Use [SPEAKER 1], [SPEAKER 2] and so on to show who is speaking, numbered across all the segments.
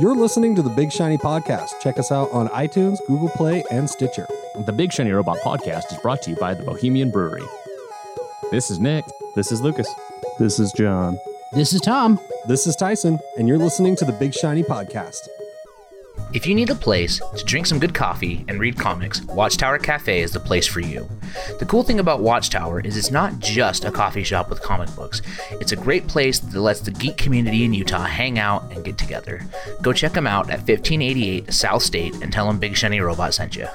[SPEAKER 1] You're listening to the Big Shiny Podcast. Check us out on iTunes, Google Play, and Stitcher.
[SPEAKER 2] The Big Shiny Robot podcast is brought to you by the Bohemian Brewery. This is Nick.
[SPEAKER 3] This is Lucas.
[SPEAKER 4] This is John.
[SPEAKER 5] This is Tom.
[SPEAKER 1] This is Tyson, and you're listening to the Big Shiny Podcast.
[SPEAKER 6] If you need a place to drink some good coffee and read comics, Watchtower Cafe is the place for you. The cool thing about Watchtower is it's not just a coffee shop with comic books. It's a great place that lets the geek community in Utah hang out and get together. Go check them out at 1588 South State and tell them Big Shiny Robot sent you.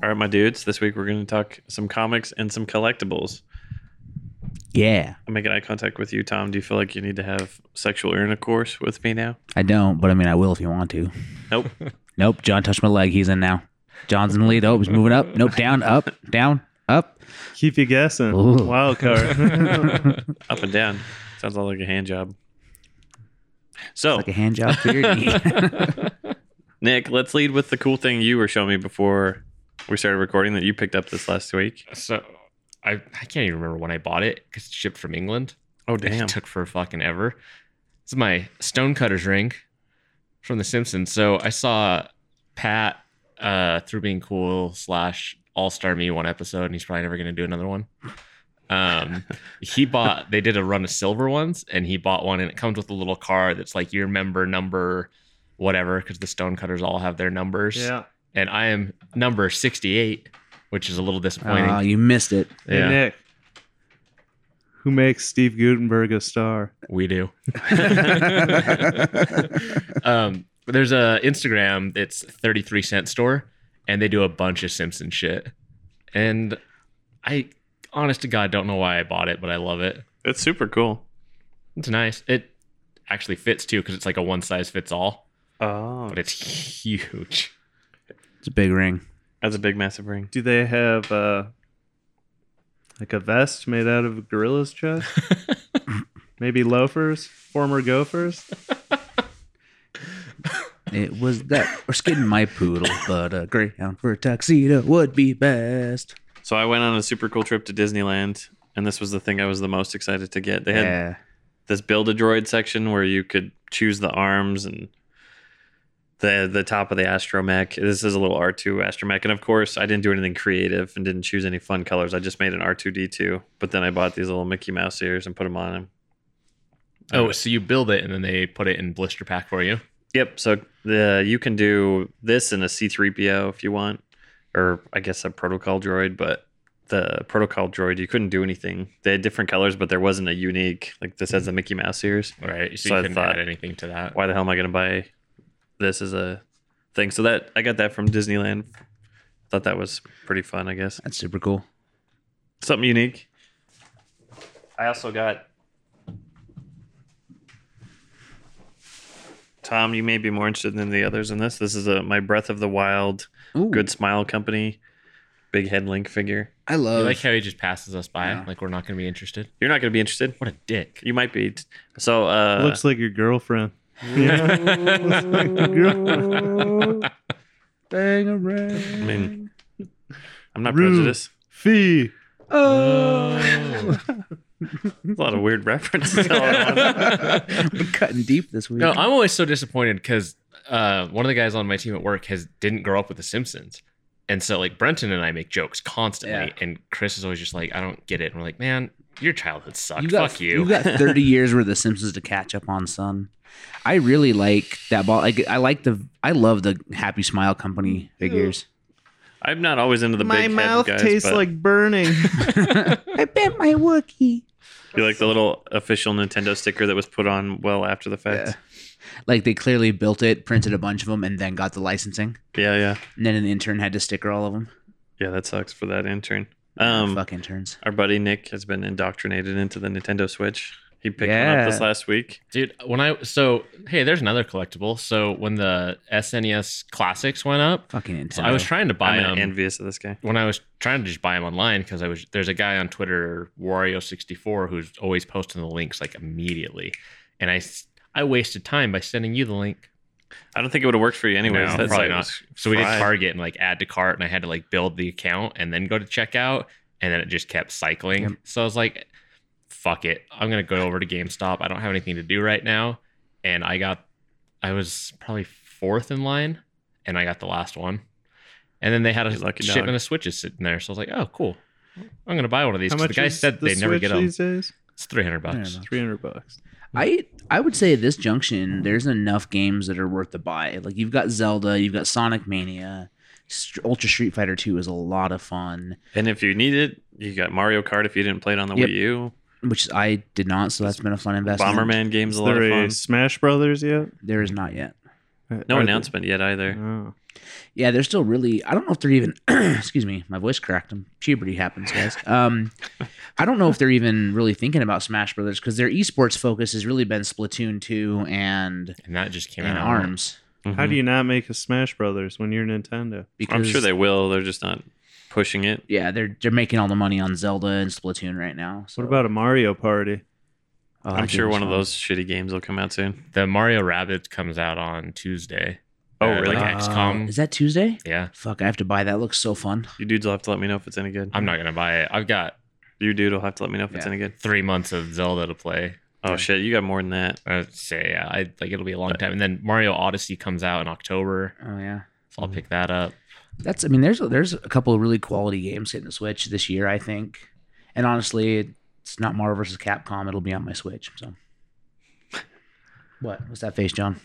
[SPEAKER 3] All right, my dudes. This week we're going to talk some comics and some collectibles.
[SPEAKER 7] Yeah,
[SPEAKER 3] I'm making eye contact with you, Tom. Do you feel like you need to have sexual intercourse with me now?
[SPEAKER 7] I don't, but I mean, I will if you want to.
[SPEAKER 3] Nope.
[SPEAKER 7] Nope, John touched my leg. He's in now. John's in the lead. Oh, he's moving up. Nope, down, up, down, up.
[SPEAKER 4] Keep you guessing.
[SPEAKER 7] Ooh.
[SPEAKER 4] Wild card.
[SPEAKER 3] Up and down. Sounds all like a hand job. So,
[SPEAKER 7] Like a hand job for your knee.
[SPEAKER 3] Nick, let's lead with the cool thing you were showing me before we started recording that you picked up this last week.
[SPEAKER 8] So I, I can't even remember when I bought it because it's shipped from England.
[SPEAKER 3] Oh,
[SPEAKER 8] And
[SPEAKER 3] damn.
[SPEAKER 8] It took for fucking ever. This is my Stonecutter's ring from The Simpsons. So I saw Pat uh, through being cool slash All Star Me one episode, and he's probably never gonna do another one. Um, he bought. They did a run of silver ones, and he bought one, and it comes with a little card that's like your member number, whatever, because the Stonecutters all have their numbers.
[SPEAKER 4] yeah.
[SPEAKER 8] And I am number sixty-eight, which is a little disappointing.
[SPEAKER 7] oh, you missed it.
[SPEAKER 4] Hey, Nick. Who makes Steve Gutenberg a star?
[SPEAKER 8] We do. um, but there's a Instagram that's 33 cent store, and they do a bunch of Simpson shit. And I, honest to God, don't know why I bought it, but I love it.
[SPEAKER 3] That's super cool.
[SPEAKER 8] It's nice. It actually fits too because it's like a one size fits all,
[SPEAKER 3] Oh,
[SPEAKER 8] but it's huge.
[SPEAKER 7] It's a big ring.
[SPEAKER 3] that's a big, massive ring.
[SPEAKER 4] Do they have uh, like a vest made out of a gorilla's chest? Maybe loafers? Former gophers?
[SPEAKER 7] It was that or skin my poodle, but a greyhound for a tuxedo would be best.
[SPEAKER 3] So, I went on a super cool trip to Disneyland, and this was the thing I was the most excited to get. They had
[SPEAKER 7] Yeah.
[SPEAKER 3] this build a droid section where you could choose the arms and the the top of the astromech. This is a little R two astromech, and of course, I didn't do anything creative and didn't choose any fun colors. I just made an R two D two, but then I bought these little Mickey Mouse ears and put them on him.
[SPEAKER 8] Oh, so you build it and then they put it in blister pack for you.
[SPEAKER 3] Yep. So the you can do this in a C three PO if you want, or I guess a protocol droid, but. The protocol droid, you couldn't do anything. They had different colors, but there wasn't a unique like this has the Mickey Mouse ears.
[SPEAKER 8] All right. So,
[SPEAKER 3] So I
[SPEAKER 8] you couldn't
[SPEAKER 3] thought-
[SPEAKER 8] add anything to that.
[SPEAKER 3] why the hell am I going to buy this as a thing? So that I got that from Disneyland. Thought that was pretty fun. I guess
[SPEAKER 7] That's super cool.
[SPEAKER 3] something unique. I also got. Tom, you may be more interested than the others in this. This is a my Breath of the Wild
[SPEAKER 7] Ooh,
[SPEAKER 3] Good Smile Company big head link figure.
[SPEAKER 7] I
[SPEAKER 8] You
[SPEAKER 7] love
[SPEAKER 8] like how he just passes us by,
[SPEAKER 7] Yeah.
[SPEAKER 8] like we're not going to be interested.
[SPEAKER 3] You're not going to be interested.
[SPEAKER 8] What a dick.
[SPEAKER 3] You might be. So uh,
[SPEAKER 4] Looks like your girlfriend. Looks like your girl-
[SPEAKER 7] bang around.
[SPEAKER 3] I mean, I'm not
[SPEAKER 4] Rude.
[SPEAKER 3] prejudiced.
[SPEAKER 4] Fee.
[SPEAKER 3] Oh. A lot of weird references. going on.
[SPEAKER 7] I'm cutting deep this week.
[SPEAKER 8] No, I'm always so disappointed because uh, one of the guys on my team at work has didn't grow up with The Simpsons, and so like Brenton and I make jokes constantly,
[SPEAKER 7] Yeah.
[SPEAKER 8] and Chris is always just like, "I don't get it," and we're like, "Man, your childhood sucked.
[SPEAKER 7] got,
[SPEAKER 8] Fuck you."
[SPEAKER 7] got 30 years worth of Simpsons to catch up on, son. I really like that ball. Like I like the I love the Happy Smile Company figures.
[SPEAKER 3] I'm not always into the
[SPEAKER 4] My
[SPEAKER 3] big
[SPEAKER 4] mouth
[SPEAKER 3] head guys,
[SPEAKER 4] tastes
[SPEAKER 3] but
[SPEAKER 4] like burning.
[SPEAKER 7] Mm-hmm. I bet my Wookie.
[SPEAKER 3] you like the little official Nintendo sticker that was put on well after the fact.
[SPEAKER 7] Like they clearly built it, printed a bunch of them, and then got the licensing.
[SPEAKER 3] Yeah, yeah, yeah.
[SPEAKER 7] And then an intern had to sticker all of them.
[SPEAKER 3] that sucks for that intern. Um,
[SPEAKER 7] Fuck interns.
[SPEAKER 3] our buddy Nick has been indoctrinated into the Nintendo Switch. He picked one up this
[SPEAKER 7] Yeah.
[SPEAKER 3] last week.
[SPEAKER 8] Dude, when I so hey, there's another collectible. So when the SNES classics went up,
[SPEAKER 7] Fucking interns.
[SPEAKER 8] so I was trying to buy
[SPEAKER 3] I'm
[SPEAKER 8] them.
[SPEAKER 3] envious of this guy.
[SPEAKER 8] when I was trying to just buy them online because I was there's a guy on Twitter Wario64 who's always posting the links like immediately, and I s- I wasted time by sending you the link.
[SPEAKER 3] I don't think it would have worked for you anyways.
[SPEAKER 8] No,
[SPEAKER 3] That
[SPEAKER 8] probably
[SPEAKER 3] site
[SPEAKER 8] not.
[SPEAKER 3] was
[SPEAKER 8] So we did
[SPEAKER 3] fried.
[SPEAKER 8] Target and like add to cart, and I had to like build the account and then go to checkout, and then it just kept cycling.
[SPEAKER 7] Yep.
[SPEAKER 8] So I was like, fuck it. I'm gonna go over to GameStop. I don't have anything to do right now. And I got I was probably fourth in line and I got the last one. And then they had a
[SPEAKER 3] You lucky
[SPEAKER 8] shipment
[SPEAKER 3] dog.
[SPEAKER 8] of switches sitting there. So I was like, oh cool. I'm gonna buy one of these.
[SPEAKER 4] How
[SPEAKER 8] 'cause
[SPEAKER 4] much
[SPEAKER 8] The guy
[SPEAKER 4] is
[SPEAKER 8] said
[SPEAKER 4] the
[SPEAKER 8] they never
[SPEAKER 4] Switch
[SPEAKER 8] get them.
[SPEAKER 4] these days?
[SPEAKER 8] It's three hundred bucks.
[SPEAKER 7] know.
[SPEAKER 4] Three hundred bucks.
[SPEAKER 7] I I would say at this junction, there's enough games that are worth the buy. Like you've got Zelda, you've got Sonic Mania, St- Ultra Street Fighter Two is a lot of fun,
[SPEAKER 3] And if you need it, you got Mario Kart if you didn't play it on the
[SPEAKER 7] Yep.
[SPEAKER 3] Wii U.
[SPEAKER 7] which I did not, so that's been a fun investment.
[SPEAKER 3] Bomberman game's
[SPEAKER 4] Is
[SPEAKER 3] a lot
[SPEAKER 4] there
[SPEAKER 3] of
[SPEAKER 4] a
[SPEAKER 3] fun.
[SPEAKER 4] Smash Brothers yet?
[SPEAKER 7] there is not yet.
[SPEAKER 3] No
[SPEAKER 4] Are
[SPEAKER 3] announcement yet
[SPEAKER 4] They,
[SPEAKER 3] either.
[SPEAKER 4] oh.
[SPEAKER 7] Yeah, they're still really. I don't know if they're even. excuse me, my voice cracked. Um, Puberty happens, guys. Um, I don't know if they're even really thinking about Smash Brothers because their esports focus has really been Splatoon Two and
[SPEAKER 8] And that just came
[SPEAKER 7] and
[SPEAKER 8] out.
[SPEAKER 7] Arms.
[SPEAKER 4] How
[SPEAKER 3] Mm-hmm.
[SPEAKER 4] do you not make a Smash Brothers when you're Nintendo?
[SPEAKER 7] Because
[SPEAKER 3] I'm sure they will. They're just not pushing it.
[SPEAKER 7] Yeah, they're they're making all the money on Zelda and Splatoon right now. So
[SPEAKER 4] What about a Mario Party?
[SPEAKER 7] Oh,
[SPEAKER 3] I'm
[SPEAKER 7] that
[SPEAKER 3] sure
[SPEAKER 7] game
[SPEAKER 3] one
[SPEAKER 7] was
[SPEAKER 3] of
[SPEAKER 7] fun.
[SPEAKER 3] those shitty games will come out soon.
[SPEAKER 8] The Mario Rabbit comes out on Tuesday.
[SPEAKER 3] Oh,
[SPEAKER 8] Uh,
[SPEAKER 3] really?
[SPEAKER 8] Like
[SPEAKER 7] Uh,
[SPEAKER 8] XCOM.
[SPEAKER 7] is that Tuesday?
[SPEAKER 8] yeah.
[SPEAKER 7] Fuck, I have to buy that. Looks so fun.
[SPEAKER 3] You dudes will have to let me know if it's any good.
[SPEAKER 8] I'm not gonna buy it. I've got
[SPEAKER 3] You dude will have to let me know if it's
[SPEAKER 7] Yeah.
[SPEAKER 3] any good.
[SPEAKER 8] three months of Zelda to play.
[SPEAKER 3] Oh shit, you got more than that.
[SPEAKER 8] I'd say yeah, I like it'll be a long time. And then Mario Odyssey comes out in October,
[SPEAKER 7] Oh yeah,
[SPEAKER 8] so I'll pick that up.
[SPEAKER 7] that's. I mean, there's there's a couple of really quality games hitting the Switch this year, I think. And honestly, it's not Marvel versus Capcom. It'll be on my Switch. So, what? What's that face, John?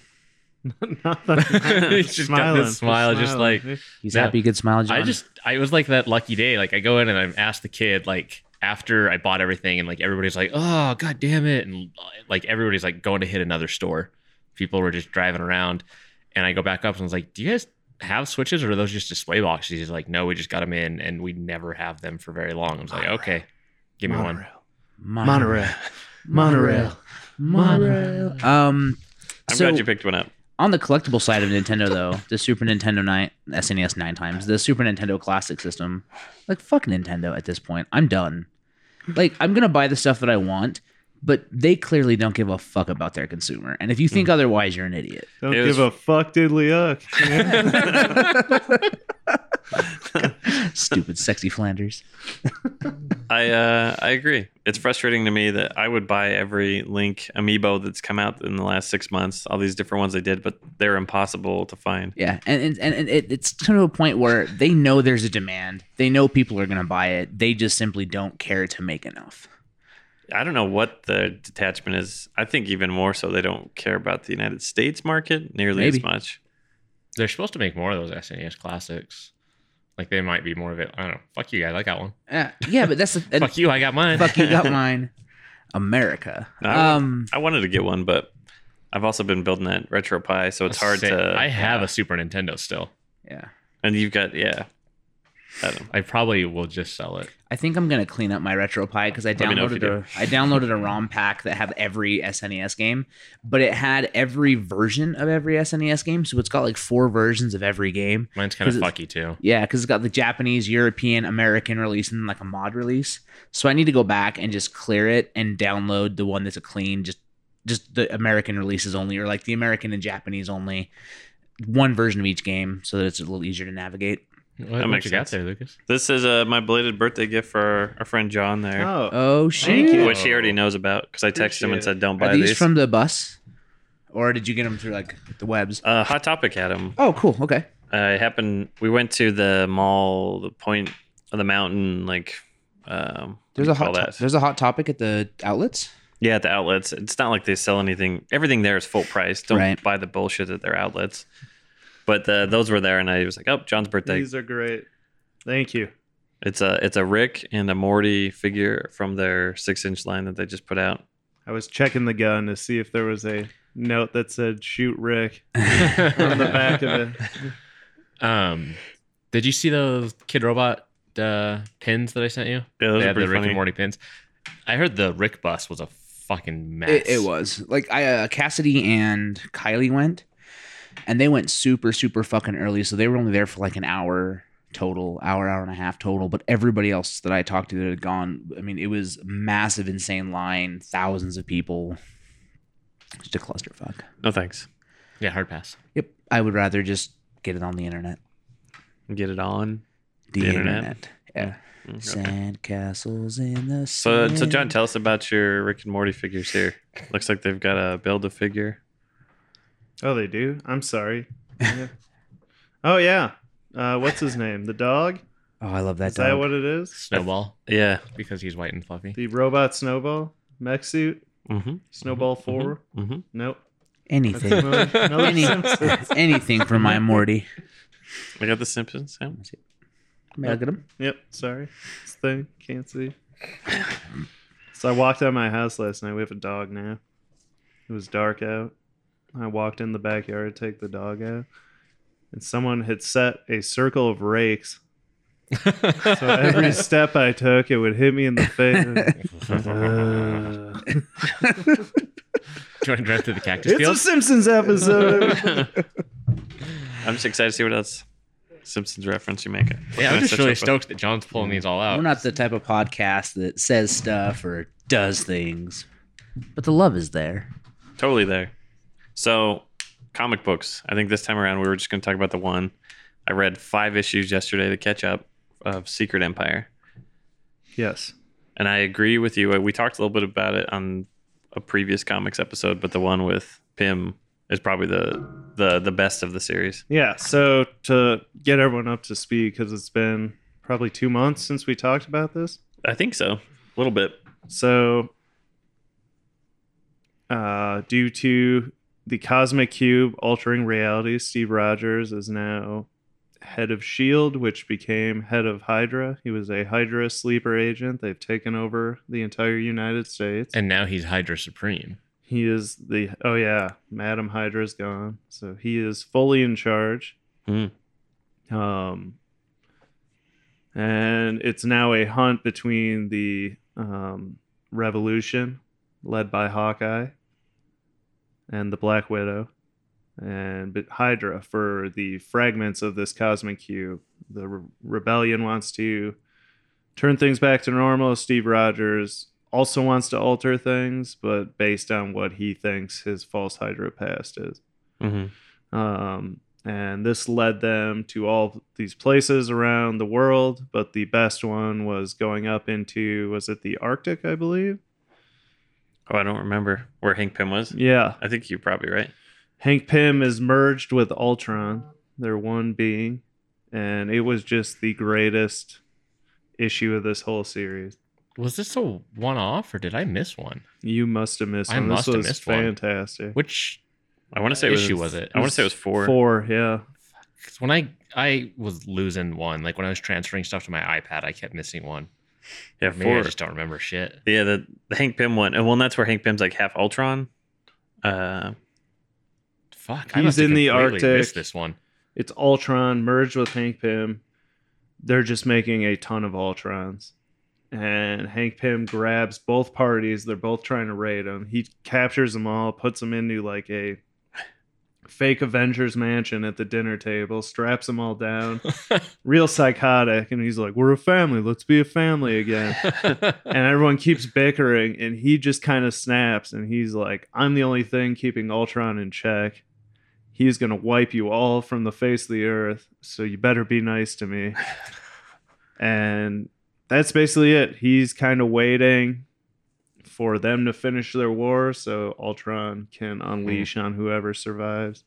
[SPEAKER 8] He's just got this smile, just like-
[SPEAKER 7] He's
[SPEAKER 8] No.
[SPEAKER 7] happy, good smile, John.
[SPEAKER 8] I just I was like that lucky day. Like I go in and I ask the kid like after I bought everything and like everybody's like, oh god damn it, and uh, like everybody's like going to hit another store. People were just driving around, and I go back up and I was like, do you guys have switches or are those just display boxes? He's like, no, we just got them in and we never have them for very long. I was like, okay, give me one.
[SPEAKER 4] Monorail. Monorail.
[SPEAKER 7] Monorail. Um,
[SPEAKER 3] I'm
[SPEAKER 7] so-
[SPEAKER 3] glad you picked one up.
[SPEAKER 7] On the collectible side of Nintendo, though, the Super Nintendo nine, SNES nine times, the Super Nintendo Classic system, like fuck Nintendo at this point. I'm done. Like I'm gonna buy the stuff that I want, but they clearly don't give a fuck about their consumer. And if you think otherwise, you're an idiot.
[SPEAKER 4] Don't
[SPEAKER 3] It was-
[SPEAKER 4] give a fuck, diddly uck.
[SPEAKER 7] Stupid, sexy Flanders.
[SPEAKER 3] I uh, I agree. It's frustrating to me that I would buy every Link amiibo that's come out in the last six months, all these different ones they did, but they're impossible to find.
[SPEAKER 7] Yeah, and and, and and it, it's come to a point where they know there's a demand. They know people are gonna buy it. They just simply don't care to make enough.
[SPEAKER 3] I don't know what the detachment is. I think even more so, they don't care about the United States market nearly as
[SPEAKER 7] Maybe.
[SPEAKER 3] much.
[SPEAKER 8] They're supposed to make more of those SNES classics. Like they might be more of it. I don't know. Fuck you guys. I got one.
[SPEAKER 7] Uh, yeah, but that's the and
[SPEAKER 8] Fuck you. I got mine.
[SPEAKER 7] fuck you got mine, America.
[SPEAKER 3] No, I-
[SPEAKER 7] um.
[SPEAKER 3] I wanted to get one, but I've also been building that retro pie, so it's hard
[SPEAKER 8] Sick.
[SPEAKER 3] to.
[SPEAKER 8] I have a Super Nintendo still.
[SPEAKER 7] Yeah.
[SPEAKER 3] and you've got yeah. I don't.
[SPEAKER 8] I probably will just sell it.
[SPEAKER 7] I think I'm gonna clean up my RetroPie because I
[SPEAKER 3] Let me know if
[SPEAKER 7] downloaded
[SPEAKER 3] you
[SPEAKER 7] a I downloaded a ROM pack that had every SNES game, but it had every version of every SNES game, so it's got like four versions of every game.
[SPEAKER 8] Mine's kind of
[SPEAKER 7] 'Cause it's-
[SPEAKER 8] fucky too.
[SPEAKER 7] Yeah, because it's got the Japanese, European, American release, and like a mod release. So I need to go back and just clear it and download the one that's a clean, just just the American releases only, or like the American and Japanese only, one version of each game, so that it's a little easier to navigate.
[SPEAKER 8] What,
[SPEAKER 3] That
[SPEAKER 8] what
[SPEAKER 3] makes
[SPEAKER 8] you got
[SPEAKER 3] sense.
[SPEAKER 8] there, Lucas?
[SPEAKER 3] This is uh, my belated birthday gift for our, our friend John there,
[SPEAKER 4] oh,
[SPEAKER 7] Oh shit!
[SPEAKER 4] you.
[SPEAKER 3] which he already knows about because I texted him
[SPEAKER 4] Appreciate
[SPEAKER 3] and
[SPEAKER 4] it.
[SPEAKER 3] said, "Don't buy
[SPEAKER 7] Are these
[SPEAKER 3] these."
[SPEAKER 7] from the bus, or did you get them through like the webs?
[SPEAKER 3] uh, Hot Topic had them.
[SPEAKER 7] Oh, cool. Okay.
[SPEAKER 3] Uh, it happened. We went to the mall, the point of the mountain, like um, what
[SPEAKER 7] There's
[SPEAKER 3] do
[SPEAKER 7] a
[SPEAKER 3] you call
[SPEAKER 7] hot. To- there's a hot topic at the outlets.
[SPEAKER 3] yeah, at the outlets. It's not like they sell anything. Everything there is full price. Don't
[SPEAKER 7] Right.
[SPEAKER 3] buy the bullshit at their outlets. But uh those were there, and I was like, "Oh, John's birthday."
[SPEAKER 4] these are great. Thank you.
[SPEAKER 3] It's a it's a Rick and a Morty figure from their six inch line that they just put out.
[SPEAKER 4] I was checking the gun to see if there was a note that said "Shoot Rick" on the back of it.
[SPEAKER 8] Um, did you see those Kid Robot uh, pins that I sent you?
[SPEAKER 3] Yeah, those
[SPEAKER 8] they
[SPEAKER 3] are
[SPEAKER 8] have the
[SPEAKER 3] pretty
[SPEAKER 8] Rick
[SPEAKER 3] funny.
[SPEAKER 8] and Morty pins. I heard the Rick bus was a fucking mess.
[SPEAKER 7] It, it was like I uh, Cassidy and Kylie went, and they went super super fucking early, so they were only there for like an hour total, hour hour and a half total. But everybody else that I talked to that had gone, I mean, it was massive, insane line, thousands of people. Just a clusterfuck.
[SPEAKER 3] No thanks.
[SPEAKER 8] Yeah, hard pass.
[SPEAKER 7] Yep. I would rather just get it on the internet.
[SPEAKER 3] Get it on.
[SPEAKER 7] The,
[SPEAKER 3] The
[SPEAKER 7] internet.
[SPEAKER 3] internet.
[SPEAKER 7] Yeah.
[SPEAKER 3] Okay.
[SPEAKER 7] Sand castles in the
[SPEAKER 3] So,
[SPEAKER 7] sand.
[SPEAKER 3] so John, tell us about your Rick and Morty figures here. Looks like they've got a build a figure.
[SPEAKER 4] Oh, they do. I'm sorry. Yeah. oh yeah. Uh, what's his name? The dog.
[SPEAKER 7] Oh, I love
[SPEAKER 4] Is
[SPEAKER 7] that
[SPEAKER 4] that
[SPEAKER 7] dog.
[SPEAKER 4] what it is?
[SPEAKER 8] Snowball
[SPEAKER 3] Yeah.
[SPEAKER 8] because he's white and fluffy.
[SPEAKER 4] The robot snowball mech suit.
[SPEAKER 3] Mm-hmm.
[SPEAKER 4] Snowball 4
[SPEAKER 3] Mm-hmm.
[SPEAKER 4] Nope. That's
[SPEAKER 7] Anything.
[SPEAKER 4] another- another
[SPEAKER 7] Any-
[SPEAKER 4] Simpsons.
[SPEAKER 7] Anything from my Morty.
[SPEAKER 3] I got the Simpsons. Yeah.
[SPEAKER 7] Look at him.
[SPEAKER 4] Yep. Sorry. This thing can't see. So I walked out of my house last night. We have a dog now. It was dark out. I walked in the backyard to take the dog out, and someone had set a circle of rakes. So every step I took, it would hit me in the face. Uh,
[SPEAKER 8] Do you want to drive through the cactus
[SPEAKER 4] it's a
[SPEAKER 8] field?
[SPEAKER 4] Simpsons episode.
[SPEAKER 3] I'm just excited to see what else Simpsons reference you make.
[SPEAKER 8] yeah, I'm
[SPEAKER 3] That's
[SPEAKER 8] just
[SPEAKER 3] such
[SPEAKER 8] really
[SPEAKER 3] a fun-
[SPEAKER 8] stoked that John's pulling these all
[SPEAKER 3] Oh.
[SPEAKER 8] out.
[SPEAKER 7] We're not the type of podcast that says stuff or does things, but the love is there.
[SPEAKER 3] Totally there. So, comic books. I think this time around we were just going to talk about the one I read five issues yesterday to catch up of Secret Empire,
[SPEAKER 4] yes.
[SPEAKER 3] and I agree with you. We talked a little bit about it on a previous comics episode, but the one with Pym is probably the the the best of the series.
[SPEAKER 4] Yeah. So to get everyone up to speed, because it's been probably two months since we talked about this.
[SPEAKER 3] I think so. A little bit.
[SPEAKER 4] So, uh, due to the Cosmic Cube altering reality, Steve Rogers is now head of S.H.I.E.L.D., E which became head of Hydra. He was a Hydra sleeper agent. They've taken over the entire United States.
[SPEAKER 8] And now he's Hydra Supreme.
[SPEAKER 4] he is the, oh yeah, Madam Hydra's gone. So he is fully in charge.
[SPEAKER 3] Hmm.
[SPEAKER 4] Um, and it's now a hunt between the um, Revolution, led by Hawkeye, and the Black Widow, and but Hydra for the fragments of this cosmic cube. The re- rebellion wants to turn things back to normal. Steve Rogers also wants to alter things, but based on what he thinks his false Hydra past is
[SPEAKER 3] Mm-hmm.
[SPEAKER 4] um, and this led them to all these places around the world but the best one was going up into was it the arctic i believe
[SPEAKER 3] Oh, I don't remember where Hank Pym was.
[SPEAKER 4] yeah
[SPEAKER 3] I think you're probably right.
[SPEAKER 4] hank pym is merged with ultron their one being and it was just the greatest issue of this whole series
[SPEAKER 8] Was this a one off or did I miss one?
[SPEAKER 4] you must have missed
[SPEAKER 8] I
[SPEAKER 4] one
[SPEAKER 8] must
[SPEAKER 4] this
[SPEAKER 8] have
[SPEAKER 4] was
[SPEAKER 8] missed one.
[SPEAKER 4] fantastic
[SPEAKER 8] Which
[SPEAKER 3] I want to say
[SPEAKER 8] issue
[SPEAKER 3] it
[SPEAKER 8] was it?
[SPEAKER 3] I want to say it was four.
[SPEAKER 4] four yeah
[SPEAKER 8] 'Cause when I I was losing one, like when I was transferring stuff to my iPad, I kept missing one.
[SPEAKER 3] Yeah,
[SPEAKER 8] Maybe I
[SPEAKER 3] four.
[SPEAKER 8] just don't remember shit.
[SPEAKER 3] Yeah, the, the Hank Pym one. And well, and that's where Hank Pym's like half Ultron. Uh,
[SPEAKER 8] Fuck,
[SPEAKER 4] He's
[SPEAKER 8] I must have
[SPEAKER 4] in the
[SPEAKER 8] completely
[SPEAKER 4] Arctic.
[SPEAKER 8] Missed this one.
[SPEAKER 4] it's Ultron merged with Hank Pym. They're just making a ton of Ultrons. And Hank Pym grabs both parties. They're both trying to raid him. He captures them all, puts them into like a fake Avengers mansion at the dinner table, straps them all down, real psychotic. And he's like, We're a family. Let's be a family again. and everyone keeps bickering. And he just kind of snaps and he's like, I'm the only thing keeping Ultron in check he's going to wipe you all from the face of the earth so you better be nice to me and that's basically it he's kind of waiting for them to finish their war so ultron can
[SPEAKER 3] Mm-hmm.
[SPEAKER 4] unleash on whoever survives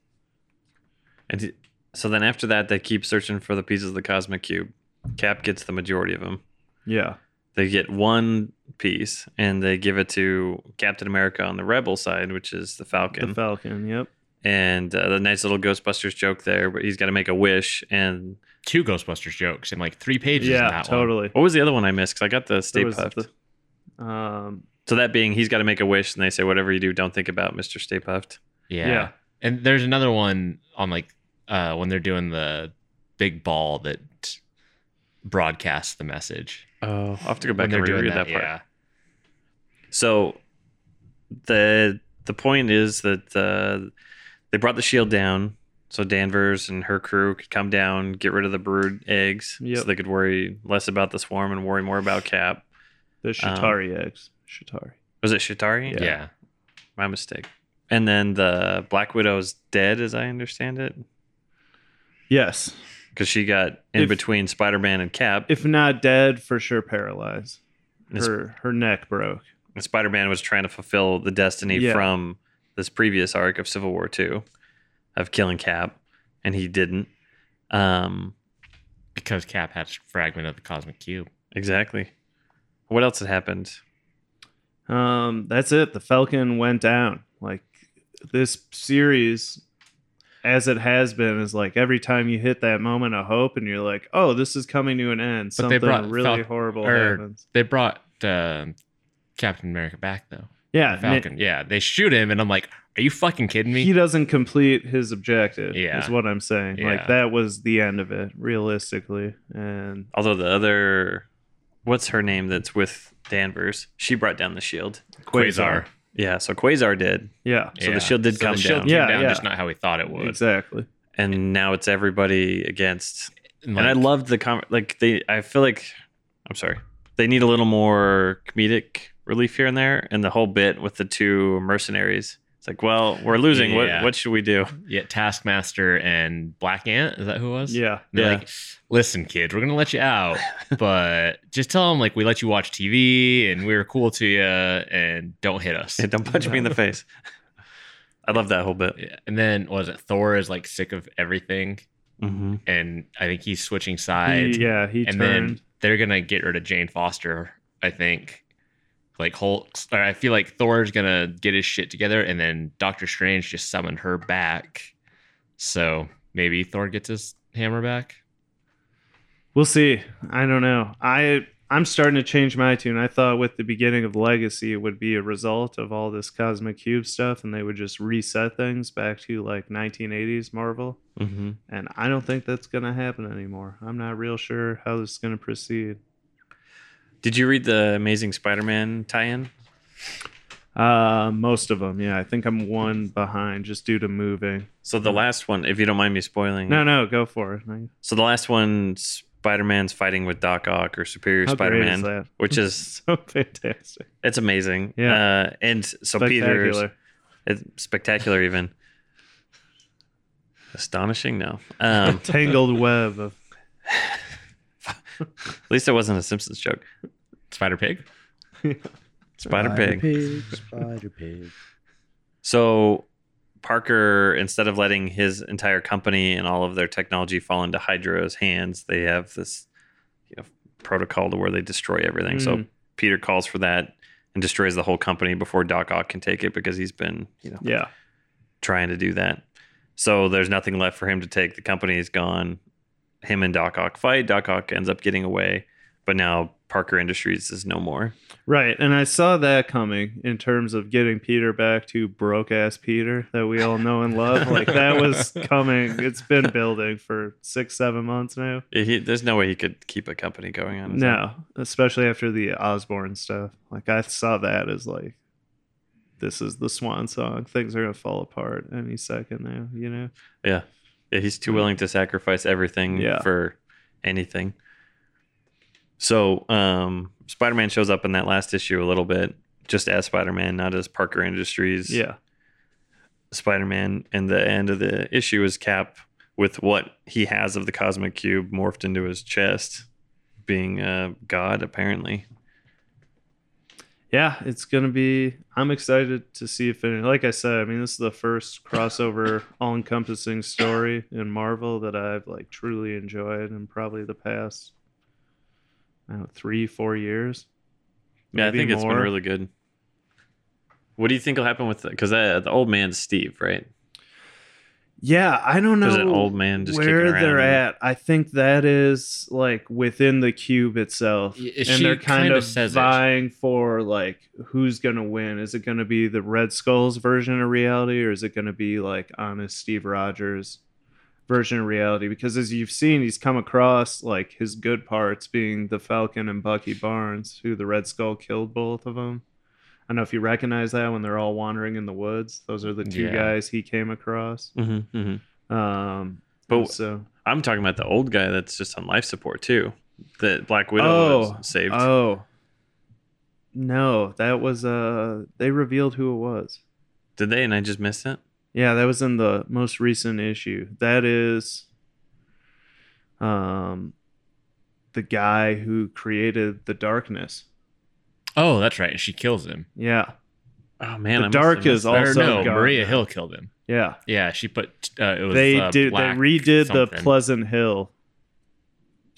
[SPEAKER 3] and he- so then after that, they keep searching for the pieces of the cosmic cube. Cap gets the majority of them.
[SPEAKER 4] yeah
[SPEAKER 3] They get one piece and they give it to Captain America on the Rebel side, which is the Falcon.
[SPEAKER 4] the falcon yep
[SPEAKER 3] and uh, the nice little Ghostbusters joke there, but he's got to make a wish. And
[SPEAKER 8] Two Ghostbusters jokes in like three pages. in
[SPEAKER 4] yeah
[SPEAKER 8] that
[SPEAKER 4] totally
[SPEAKER 3] what was the other one I missed? Because I got the Stay
[SPEAKER 4] There was
[SPEAKER 3] Puffed.
[SPEAKER 4] the- um
[SPEAKER 3] so that being, he's got to make a wish, and they say, "Whatever you do, don't think about Mr. Stay Puffed."
[SPEAKER 8] One.
[SPEAKER 4] yeah,
[SPEAKER 8] Yeah. and there's another one on like uh when they're doing the big ball that broadcasts the message.
[SPEAKER 3] Oh, I'll have to go
[SPEAKER 8] When
[SPEAKER 3] back
[SPEAKER 8] they're
[SPEAKER 3] and
[SPEAKER 8] doing
[SPEAKER 3] reread that, part.
[SPEAKER 8] yeah.
[SPEAKER 3] So the the point is that uh, they brought the shield down so Danvers and her crew could come down, get rid of the brood eggs, so
[SPEAKER 4] Yep.
[SPEAKER 3] they could worry less about the swarm and worry more about Cap. Um,
[SPEAKER 4] the shatari eggs shatari
[SPEAKER 3] Was it Shatari?
[SPEAKER 8] Yeah.
[SPEAKER 3] my mistake. And then the Black Widow's dead, as I understand it.
[SPEAKER 4] yes
[SPEAKER 3] because she got in
[SPEAKER 4] If-
[SPEAKER 3] between Spider Man and Cap.
[SPEAKER 4] If not dead, for sure paralyzed.
[SPEAKER 3] It's-
[SPEAKER 4] Her her neck broke.
[SPEAKER 3] Spider Man was trying to fulfill the destiny
[SPEAKER 4] Yeah.
[SPEAKER 3] from this previous arc of Civil War Two, of killing Cap, and he didn't. Um,
[SPEAKER 8] because Cap had a fragment of the cosmic cube.
[SPEAKER 3] exactly. What else had happened?
[SPEAKER 4] Um, that's it. The Falcon went down. Like this series, as it has been, is like every time you hit that moment of hope, and you're like, "Oh, this is coming to an end."
[SPEAKER 8] But they
[SPEAKER 4] Something
[SPEAKER 8] brought
[SPEAKER 4] really
[SPEAKER 8] Fal-
[SPEAKER 4] horrible
[SPEAKER 8] or-
[SPEAKER 4] happens.
[SPEAKER 8] They brought uh, Captain America back though.
[SPEAKER 3] Uh,
[SPEAKER 4] Yeah,
[SPEAKER 8] Falcon. yeah, they shoot him, and I'm like, are you fucking kidding
[SPEAKER 4] He
[SPEAKER 8] me?
[SPEAKER 4] doesn't complete his objective.
[SPEAKER 8] Yeah.
[SPEAKER 4] is what I'm saying.
[SPEAKER 8] Yeah.
[SPEAKER 4] Like that was the end of it, realistically. And
[SPEAKER 3] Although the other, what's her name that's with Danvers? She brought down the shield.
[SPEAKER 8] Quasar.
[SPEAKER 3] Yeah, so Quasar did,
[SPEAKER 4] yeah,
[SPEAKER 3] So the shield did come
[SPEAKER 8] shield
[SPEAKER 3] down.
[SPEAKER 8] came
[SPEAKER 4] Yeah, yeah.
[SPEAKER 8] just not how we thought it would.
[SPEAKER 4] exactly.
[SPEAKER 3] and now it's everybody against.
[SPEAKER 8] And,
[SPEAKER 3] and I
[SPEAKER 8] like,
[SPEAKER 3] loved the com- like they. I feel like I'm sorry. They need a little more comedic relief here and there, and the whole bit with the two mercenaries. It's like, well, we're losing.
[SPEAKER 8] Yeah.
[SPEAKER 3] What what should we do?
[SPEAKER 8] yeah, Taskmaster and Black Ant. Is that who it was?
[SPEAKER 4] Yeah,
[SPEAKER 8] And they're
[SPEAKER 3] Yeah.
[SPEAKER 8] like, listen, kids, we're gonna let you out, but just tell them like we let you watch TV and we were cool to you, and don't hit us.
[SPEAKER 3] Yeah, don't punch me in the face. I love that whole bit.
[SPEAKER 8] Yeah. And then what was it Thor is like sick of everything,
[SPEAKER 3] Mm-hmm.
[SPEAKER 8] and I think he's switching
[SPEAKER 4] He-
[SPEAKER 8] sides.
[SPEAKER 4] yeah. He
[SPEAKER 8] and
[SPEAKER 4] turned.
[SPEAKER 8] then they're gonna get rid of Jane Foster, I think. Like Hulk, or I feel like Thor's gonna get his shit together, and then Doctor Strange just summoned her back. So maybe Thor gets his hammer back.
[SPEAKER 4] We'll see. I don't know. I I'm starting to change my tune. I thought with the beginning of Legacy it would be a result of all this Cosmic Cube stuff and they would just reset things back to like 1980s Marvel.
[SPEAKER 3] Mm-hmm.
[SPEAKER 4] And I don't think that's going to happen anymore. I'm not real sure how this is going to proceed.
[SPEAKER 3] Did you read the Amazing Spider-Man tie-in?
[SPEAKER 4] Uh most of them. Yeah, I think I'm one behind just due to moving.
[SPEAKER 3] So the last one, if you don't mind me spoiling,
[SPEAKER 4] Hmm. No, no, go for it.
[SPEAKER 3] So the last one, Spider-Man's fighting with Doc Ock or Superior
[SPEAKER 4] How great is
[SPEAKER 3] Spider-Man,
[SPEAKER 4] that?
[SPEAKER 3] which is
[SPEAKER 4] So fantastic.
[SPEAKER 3] it's amazing.
[SPEAKER 4] Yeah.
[SPEAKER 3] uh, and so Peter's
[SPEAKER 4] Spectacular.
[SPEAKER 3] it's spectacular, even astonishing. No, um,
[SPEAKER 4] Tangled web of
[SPEAKER 3] at least it wasn't a Simpsons joke.
[SPEAKER 8] Spider Pig.
[SPEAKER 3] Spider Pig.
[SPEAKER 7] Spider Pig.
[SPEAKER 3] So Parker, instead of letting his entire company and all of their technology fall into Hydra's hands, they have this you know, protocol to where they destroy everything. So
[SPEAKER 4] Mm.
[SPEAKER 3] Peter calls for that and destroys the whole company before Doc Ock can take it because he's been, you know,
[SPEAKER 4] Yeah.
[SPEAKER 3] trying to do that. So there's nothing left for him to take. The company's gone. Him and Doc Ock fight. Doc Ock ends up getting away, but now Parker Industries is no more.
[SPEAKER 4] Right, and I saw that coming in terms of getting Peter back to broke ass Peter that we all know and love. Like that was coming. It's been building for six, seven months now.
[SPEAKER 3] He- there's no way he could keep a company going on. his own.
[SPEAKER 4] No, especially after the Osborne stuff. Like I saw that as like, this is the swan song. Things are gonna fall apart any second now. You know.
[SPEAKER 3] Yeah. Yeah, he's too willing to sacrifice everything
[SPEAKER 4] Mm-hmm. Yeah.
[SPEAKER 3] for anything. So, um, Spider Man shows up in that last issue a little bit, just as Spider Man, not as Parker Industries
[SPEAKER 4] Yeah.
[SPEAKER 3] Spider Man. And the end of the issue is Cap with what he has of the Cosmic Cube morphed into his chest, being uh, God, apparently.
[SPEAKER 4] yeah, it's gonna be. I'm excited to see if it. Like I said, I mean, this is the first crossover, all-encompassing story in Marvel that I've like truly enjoyed in probably the past, I don't know, three, four years.
[SPEAKER 3] Yeah, I
[SPEAKER 4] Maybe
[SPEAKER 3] think it's been
[SPEAKER 4] more.
[SPEAKER 3] really good. What do you think will happen with Because the, the old man's Steve, right?
[SPEAKER 4] Yeah, I don't know
[SPEAKER 3] There's an old man just kicking
[SPEAKER 4] where
[SPEAKER 3] around
[SPEAKER 4] they're
[SPEAKER 3] and-
[SPEAKER 4] at. I think that is like within the cube itself,
[SPEAKER 8] Y-
[SPEAKER 4] and
[SPEAKER 8] she
[SPEAKER 4] they're kind
[SPEAKER 8] kinda
[SPEAKER 4] of
[SPEAKER 8] says it.
[SPEAKER 4] vying for like who's gonna win. Is it gonna be the Red Skull's version of reality, or is it gonna be like honest Steve Rogers? version of reality because as you've seen he's come across like his good parts being the falcon and bucky barnes who the red skull killed both of them i don't know if you recognize that when they're all wandering in the woods those are the two
[SPEAKER 8] Yeah.
[SPEAKER 4] guys he came across
[SPEAKER 3] Mm-hmm, mm-hmm.
[SPEAKER 4] um,
[SPEAKER 3] But-
[SPEAKER 4] and so
[SPEAKER 3] I'm talking about the old guy that's just on life support too. That Black Widow
[SPEAKER 4] Oh.
[SPEAKER 3] was saved.
[SPEAKER 4] oh no, that was uh they revealed who it was.
[SPEAKER 3] Did they? And I just missed it.
[SPEAKER 4] Yeah, that was in the most recent issue. That is um, the guy who created the darkness.
[SPEAKER 8] Oh, that's right. She kills him.
[SPEAKER 4] Yeah,
[SPEAKER 3] Oh man,
[SPEAKER 4] The
[SPEAKER 3] I must
[SPEAKER 4] dark
[SPEAKER 3] have missed
[SPEAKER 4] is
[SPEAKER 3] that.
[SPEAKER 8] Or
[SPEAKER 4] Also
[SPEAKER 8] no,
[SPEAKER 4] gone
[SPEAKER 8] Maria
[SPEAKER 4] now.
[SPEAKER 8] Hill killed him.
[SPEAKER 4] yeah.
[SPEAKER 8] Yeah, she put. Uh, it was
[SPEAKER 4] they
[SPEAKER 8] uh,
[SPEAKER 4] did. They
[SPEAKER 8] black
[SPEAKER 4] redid the
[SPEAKER 8] something.
[SPEAKER 4] Pleasant Hill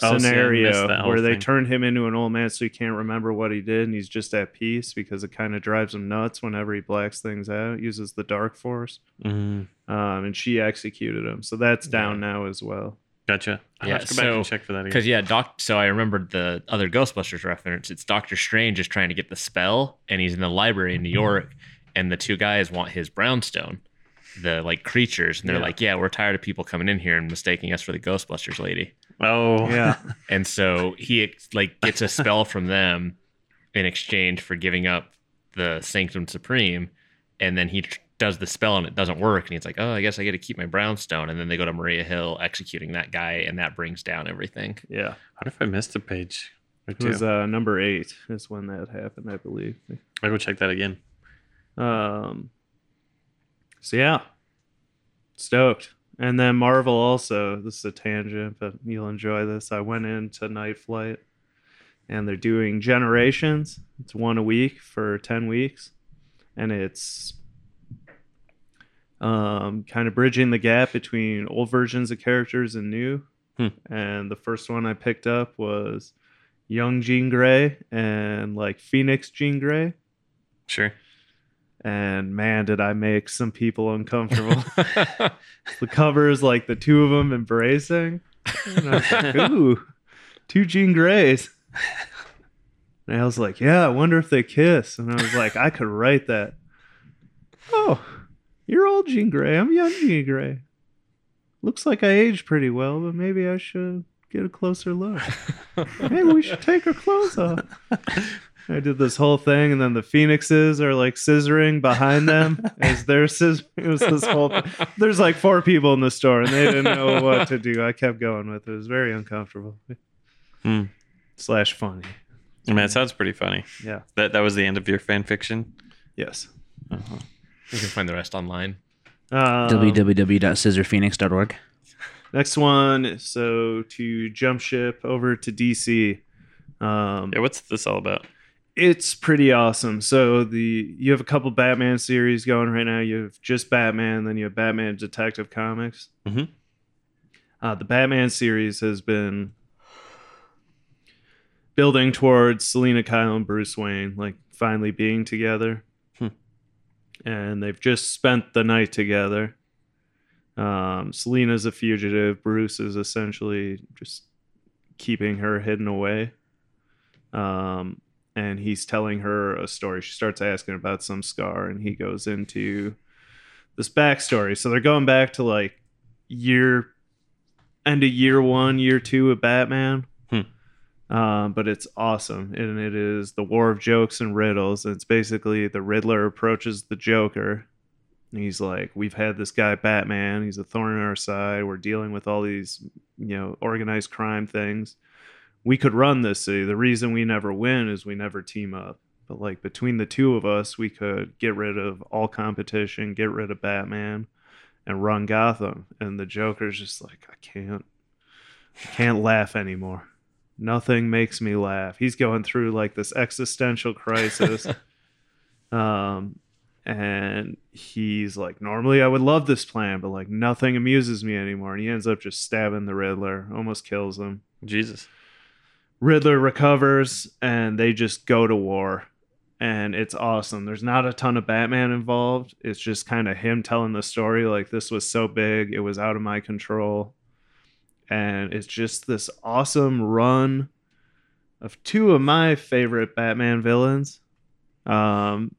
[SPEAKER 3] Oh, see, I missed that
[SPEAKER 4] scenario
[SPEAKER 3] whole
[SPEAKER 4] where they
[SPEAKER 3] thing.
[SPEAKER 4] turned him into an old man, so he can't remember what he did, and he's just at peace because it kind of drives him nuts whenever he blacks things out. Uses the dark force,
[SPEAKER 3] Mhm.
[SPEAKER 4] um, and she executed him. So that's down now as well.
[SPEAKER 3] Gotcha. I'll
[SPEAKER 8] Yeah,
[SPEAKER 3] have to go back and
[SPEAKER 8] so-
[SPEAKER 3] check for that again.
[SPEAKER 8] Because yeah, Doc. So I remembered the other Ghostbusters reference. It's Doctor Strange is trying to get the spell, and he's in the library in New York, and the two guys want his brownstone, the like creatures, and they're
[SPEAKER 4] Yeah.
[SPEAKER 8] like, "Yeah, we're tired of people coming in here and mistaking us for the Ghostbusters lady."
[SPEAKER 3] Oh
[SPEAKER 4] Yeah,
[SPEAKER 8] And so he ex- like gets a spell from them in exchange for giving up the Sanctum Supreme, and then he tr- does the spell and it doesn't work, and he's like, "Oh, I guess I get to keep my brownstone." And then they go to Maria Hill executing that guy, and that brings down everything.
[SPEAKER 4] yeah.
[SPEAKER 3] What if I missed a page or
[SPEAKER 4] It
[SPEAKER 3] two?
[SPEAKER 4] was uh, number eight is when that happened, I believe.
[SPEAKER 3] I'll go check that again.
[SPEAKER 4] Um, so yeah, stoked. And then Marvel also. This is a tangent, but you'll enjoy this. I went into Night Flight, and they're doing Generations. It's one a week for ten weeks, and it's um, kind of bridging the gap between old versions of characters and new.
[SPEAKER 3] Hmm.
[SPEAKER 4] And the first one I picked up was young Jean Grey and like Phoenix Jean Grey
[SPEAKER 3] Sure.
[SPEAKER 4] and man did i make some people uncomfortable the cover is like the two of them embracing and I was like, ooh two jean grays and i was like yeah i wonder if they kiss and i was like i could write that oh you're old jean gray i'm young jean gray looks like i aged pretty well but maybe i should get a closer look maybe we should take our clothes off I did this whole thing, and then the phoenixes are like scissoring behind them as they're scissoring. It was this whole. There's like four people in the store, and they didn't know what to do. I kept going with it. It was very uncomfortable.
[SPEAKER 3] Hmm.
[SPEAKER 4] Slash funny.
[SPEAKER 3] I mean, it sounds pretty funny.
[SPEAKER 4] Yeah.
[SPEAKER 3] That that was the end of your fan fiction. Uh-huh.
[SPEAKER 4] Yes.
[SPEAKER 8] You can find the rest online.
[SPEAKER 4] Um,
[SPEAKER 7] www.scissorphoenix.org.
[SPEAKER 4] Next one. So to jump ship over to DC. Um,
[SPEAKER 3] Yeah, what's this all about?
[SPEAKER 4] it's pretty awesome. So the you have a couple Batman series going right now. You have just Batman, then you have Batman Detective Comics.
[SPEAKER 3] Mhm.
[SPEAKER 4] Uh, the Batman series has been building towards Selena Kyle and Bruce Wayne like finally being together,
[SPEAKER 3] Hmm.
[SPEAKER 4] and they've just spent the night together. Um, Selena's a fugitive. Bruce is essentially just keeping her hidden away. Um, and he's telling her a story. She starts asking about some scar, and he goes into this backstory. So they're going back to like year end of year one, year two of Batman. Um, but it's awesome, and it is the war of jokes and riddles. And it's basically the Riddler approaches the Joker. And he's like, "We've had this guy Batman. He's a thorn in our side. We're dealing with all these, you know, organized crime things." we could run this city. The reason we never win is we never team up. But like between the two of us, we could get rid of all competition, get rid of Batman, and run Gotham. And the Joker's just like, I can't, I can't laugh anymore. Nothing makes me laugh. He's going through like this existential crisis. um, and he's like, normally I would love this plan, but like nothing amuses me anymore. And he ends up just stabbing the Riddler, almost kills him.
[SPEAKER 3] Jesus.
[SPEAKER 4] Riddler recovers and they just go to war. And it's awesome. There's not a ton of Batman involved. It's just kind of him telling the story like this was so big, it was out of my control. And it's just this awesome run of two of my favorite Batman villains. Um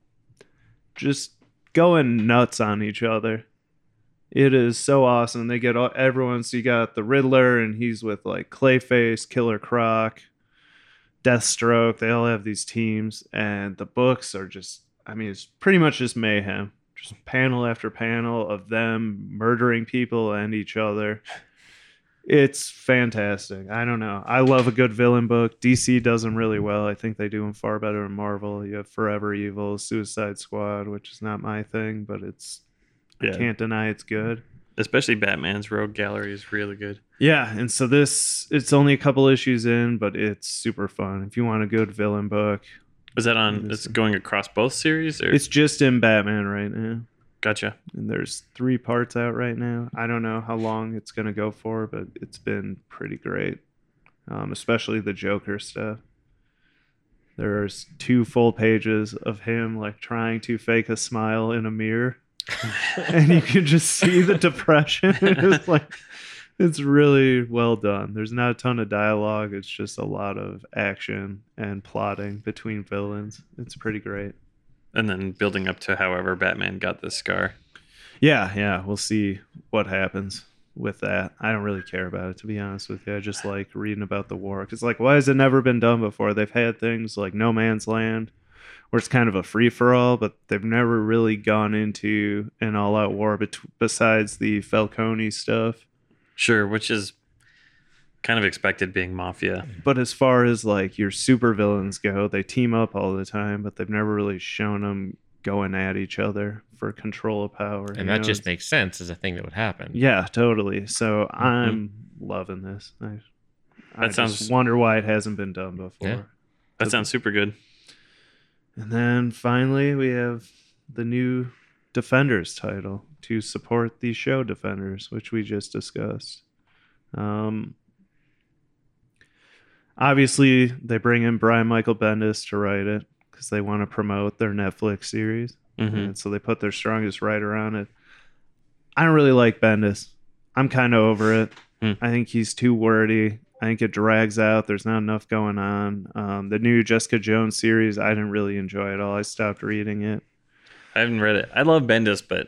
[SPEAKER 4] just going nuts on each other. It is so awesome. They get all, everyone. So you got the Riddler, and he's with like Clayface, Killer Croc, Deathstroke. They all have these teams, and the books are just. I mean, it's pretty much just mayhem. Just panel after panel of them murdering people and each other. It's fantastic. I don't know. I love a good villain book. DC does them really well. I think they do them far better than Marvel. You have Forever Evil, Suicide Squad, which is not my thing, but it's I
[SPEAKER 3] Yeah.
[SPEAKER 4] can't deny it's good.
[SPEAKER 3] especially Batman's Rogue Gallery is really good.
[SPEAKER 4] Yeah, and so this it's only a couple issues in, but it's super fun. If you want a good villain book,
[SPEAKER 3] Is that on?
[SPEAKER 4] It is.
[SPEAKER 3] It's going across both series, or
[SPEAKER 4] it's just in Batman right now.
[SPEAKER 3] gotcha.
[SPEAKER 4] And there's three parts out right now. I don't know how long it's gonna go for, but it's been pretty great. Um, especially the Joker stuff. There's two full pages of him like trying to fake a smile in a mirror. and you can just see the depression. it's like it's really well done. There's not a ton of dialogue. It's just a lot of action and plotting between villains. It's pretty great.
[SPEAKER 3] And then building up to however Batman got this scar.
[SPEAKER 4] Yeah, yeah. We'll see what happens with that. I don't really care about it to be honest with you. I just like reading about the war. It's like, why has it never been done before? They've had things like No Man's Land, where it's kind of a free for all, but they've never really gone into an all out war. Bet- besides the Falcone stuff,
[SPEAKER 3] Sure, which is kind of expected being mafia.
[SPEAKER 4] but as far as like your supervillains go, they team up all the time, but they've never really shown them going at each other for control of power. you
[SPEAKER 8] and that
[SPEAKER 4] know?
[SPEAKER 8] just
[SPEAKER 4] It's-
[SPEAKER 8] makes sense as a thing that would happen.
[SPEAKER 4] Yeah, totally. So I'm loving this. I, I
[SPEAKER 3] That sounds-
[SPEAKER 4] just wonder why it hasn't been done before.
[SPEAKER 8] Yeah.
[SPEAKER 3] That sounds super good.
[SPEAKER 4] And then finally, we have the new Defenders title to support the show Defenders, which we just discussed. Um, obviously, they bring in Brian Michael Bendis to write it because they want to promote their Netflix series.
[SPEAKER 3] Mhm.
[SPEAKER 4] And so they put their strongest writer on it. I don't really like Bendis. I'm kind of over it.
[SPEAKER 3] Hmm.
[SPEAKER 4] I think he's too wordy. I think it drags out. There's not enough going on. Um, the new Jessica Jones series, I didn't really enjoy at all. I stopped reading it.
[SPEAKER 3] I haven't read it. I love Bendis, but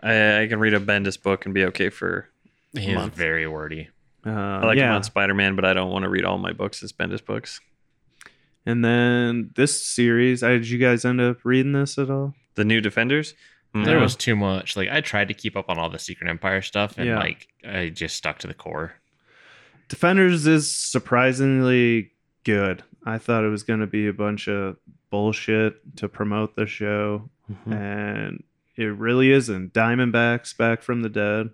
[SPEAKER 3] I, I can read a Bendis book and be okay for.
[SPEAKER 8] He is
[SPEAKER 3] Month.
[SPEAKER 8] very wordy.
[SPEAKER 4] Uh,
[SPEAKER 3] I like him
[SPEAKER 4] yeah.
[SPEAKER 3] on Spider Man, but I don't want to read all my books as Bendis books.
[SPEAKER 4] And then this series, I, did you guys end up reading this at all?
[SPEAKER 3] The new Defenders. Mm,
[SPEAKER 8] There was too much. Like I tried to keep up on all the Secret Empire stuff, and
[SPEAKER 4] Yeah.
[SPEAKER 8] like I just stuck to the core.
[SPEAKER 4] Defenders is surprisingly good. I thought it was going to be a bunch of bullshit to promote the show,
[SPEAKER 3] Mhm.
[SPEAKER 4] and it really isn't. Diamondback's back from the dead.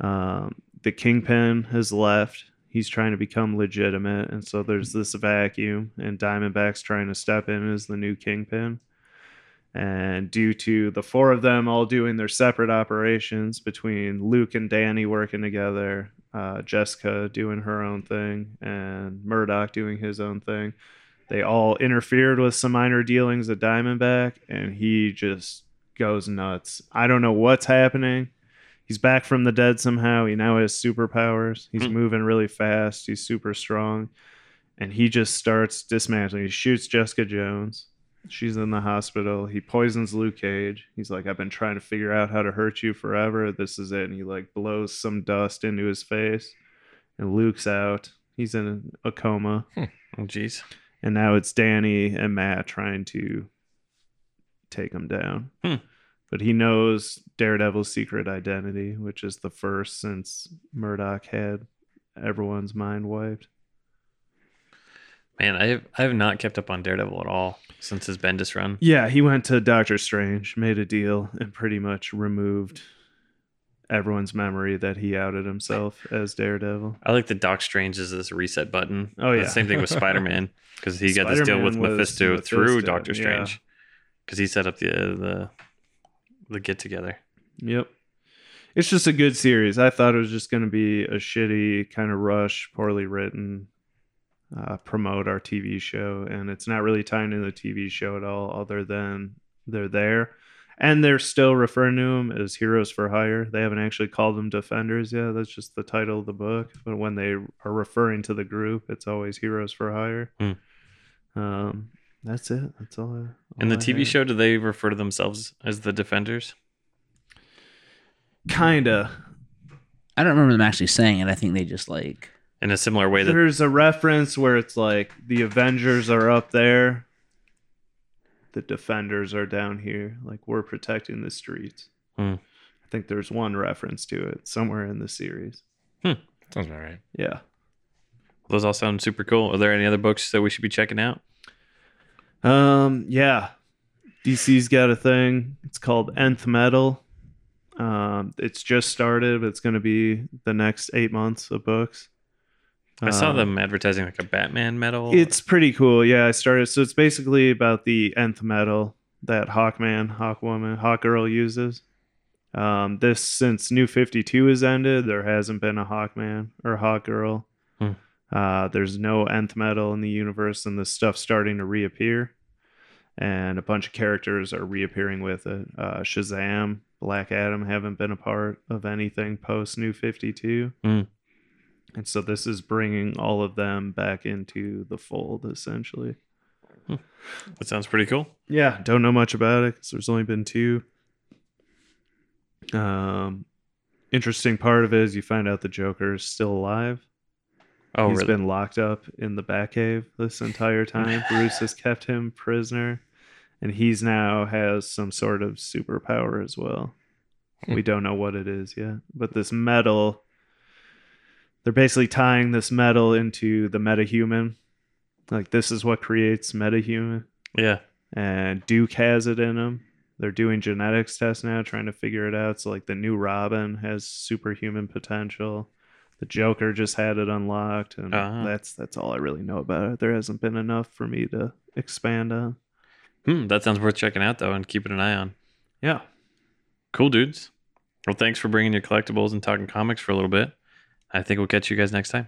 [SPEAKER 4] Um, the Kingpin has left. He's trying to become legitimate, and so there's this vacuum, and Diamondback's trying to step in as the new Kingpin. And due to the four of them all doing their separate operations between Luke and Danny working together, uh, Jessica doing her own thing, and Murdoch doing his own thing, they all interfered with some minor dealings at Diamondback, and he just goes nuts. I don't know what's happening. He's back from the dead somehow. He now has superpowers. He's
[SPEAKER 3] Hmm.
[SPEAKER 4] moving really fast. He's super strong. And he just starts dismantling. He shoots Jessica Jones. She's in the hospital. He poisons Luke Cage. He's like, I've been trying to figure out how to hurt you forever. This is it. And he like blows some dust into his face. And Luke's out. He's in a coma.
[SPEAKER 3] Oh, jeez.
[SPEAKER 4] And now it's Danny and Matt trying to take him down.
[SPEAKER 3] Hmm.
[SPEAKER 4] But he knows Daredevil's secret identity, which is the first since Murdoch had everyone's mind wiped.
[SPEAKER 3] Man, I have, I have not kept up on Daredevil at all since his Bendis run.
[SPEAKER 4] Yeah, he went to Doctor Strange, made a deal, and pretty much removed everyone's memory that he outed himself as Daredevil.
[SPEAKER 3] I like the Doc Strange is this reset button.
[SPEAKER 4] Oh, yeah.
[SPEAKER 3] the same thing with Spider Man because he got this deal
[SPEAKER 4] Spider-Man
[SPEAKER 3] with
[SPEAKER 4] was
[SPEAKER 3] Mephisto,
[SPEAKER 4] Mephisto,
[SPEAKER 3] through Doctor
[SPEAKER 4] yeah.
[SPEAKER 3] Strange because he set up the uh, the the get together.
[SPEAKER 4] Yep. It's just a good series. I thought it was just going to be a shitty, kind of rush, poorly written, uh, promote our TV show. And it's not really tying to the TV show at all, other than they're there. And they're still referring to them as Heroes for Hire. They haven't actually called them Defenders yet. That's just the title of the book. But when they are referring to the group, it's always Heroes for Hire. Um, that's it. That's all. I, all
[SPEAKER 3] In Hmm. the
[SPEAKER 4] I
[SPEAKER 3] TV
[SPEAKER 4] have.
[SPEAKER 3] show, do they refer to themselves as the Defenders?
[SPEAKER 4] kinda.
[SPEAKER 7] I don't remember them actually saying it. I think they just like
[SPEAKER 3] In a similar way that
[SPEAKER 4] There's a reference where it's like the Avengers are up there, the Defenders are down here. Like we're protecting the streets.
[SPEAKER 3] Hmm.
[SPEAKER 4] I think there's one reference to it somewhere in the series.
[SPEAKER 8] Sounds about right.
[SPEAKER 4] Yeah.
[SPEAKER 3] those all sound super cool. Are there any other books that we should be checking out?
[SPEAKER 4] Um. Yeah. DC's got a thing. It's called Nth Metal. Um, it's just started, but it's going to be the next eight months of books.
[SPEAKER 3] I saw
[SPEAKER 4] Um,
[SPEAKER 3] them advertising like a Batman medal.
[SPEAKER 4] It's pretty cool. Yeah, I started. So it's basically about the nth metal that Hawkman, Hawkwoman, Hawkgirl uses. Um, this since New Fifty Two has ended, there hasn't been a Hawkman or Hawkgirl.
[SPEAKER 3] Hmm.
[SPEAKER 4] Uh, there's no nth metal in the universe, and this stuff's starting to reappear. And a bunch of characters are reappearing with it. Uh, Shazam, Black Adam haven't been a part of anything post New Fifty Two. And so this is bringing all of them back into the fold, essentially.
[SPEAKER 3] that sounds pretty cool.
[SPEAKER 4] Yeah, don't know much about it because there's only been two. Um, interesting part of it is you find out the Joker is still alive.
[SPEAKER 3] Oh,
[SPEAKER 4] He's
[SPEAKER 3] really?
[SPEAKER 4] been locked up in the Batcave this entire time. Bruce has kept him prisoner, and he's now has some sort of superpower as well.
[SPEAKER 8] Hmm.
[SPEAKER 4] We don't know what it is yet, but this metal. They're basically tying this metal into the metahuman. Like this is what creates metahuman,
[SPEAKER 3] yeah.
[SPEAKER 4] and Duke has it in him. They're doing genetics tests now, trying to figure it out. So like the new Robin has superhuman potential. The Joker just had it unlocked, and
[SPEAKER 3] Ah.
[SPEAKER 4] that's that's all I really know about it. There hasn't been enough for me to expand on.
[SPEAKER 3] Hmm, that sounds worth checking out though, and keeping an eye on.
[SPEAKER 4] Yeah,
[SPEAKER 3] Cool dudes. Well, thanks for bringing your collectibles and talking comics for a little bit. I think we'll catch you guys next time.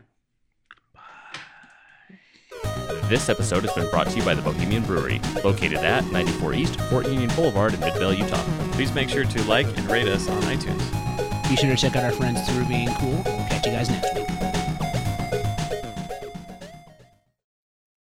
[SPEAKER 2] This episode has been brought to you by the Bohemian Brewery, located at 94 East, Fort Union Boulevard in Midvale, Utah.
[SPEAKER 3] Please make sure to like and rate us on iTunes.
[SPEAKER 6] Be sure to check out our friends through being cool. Catch you guys next week.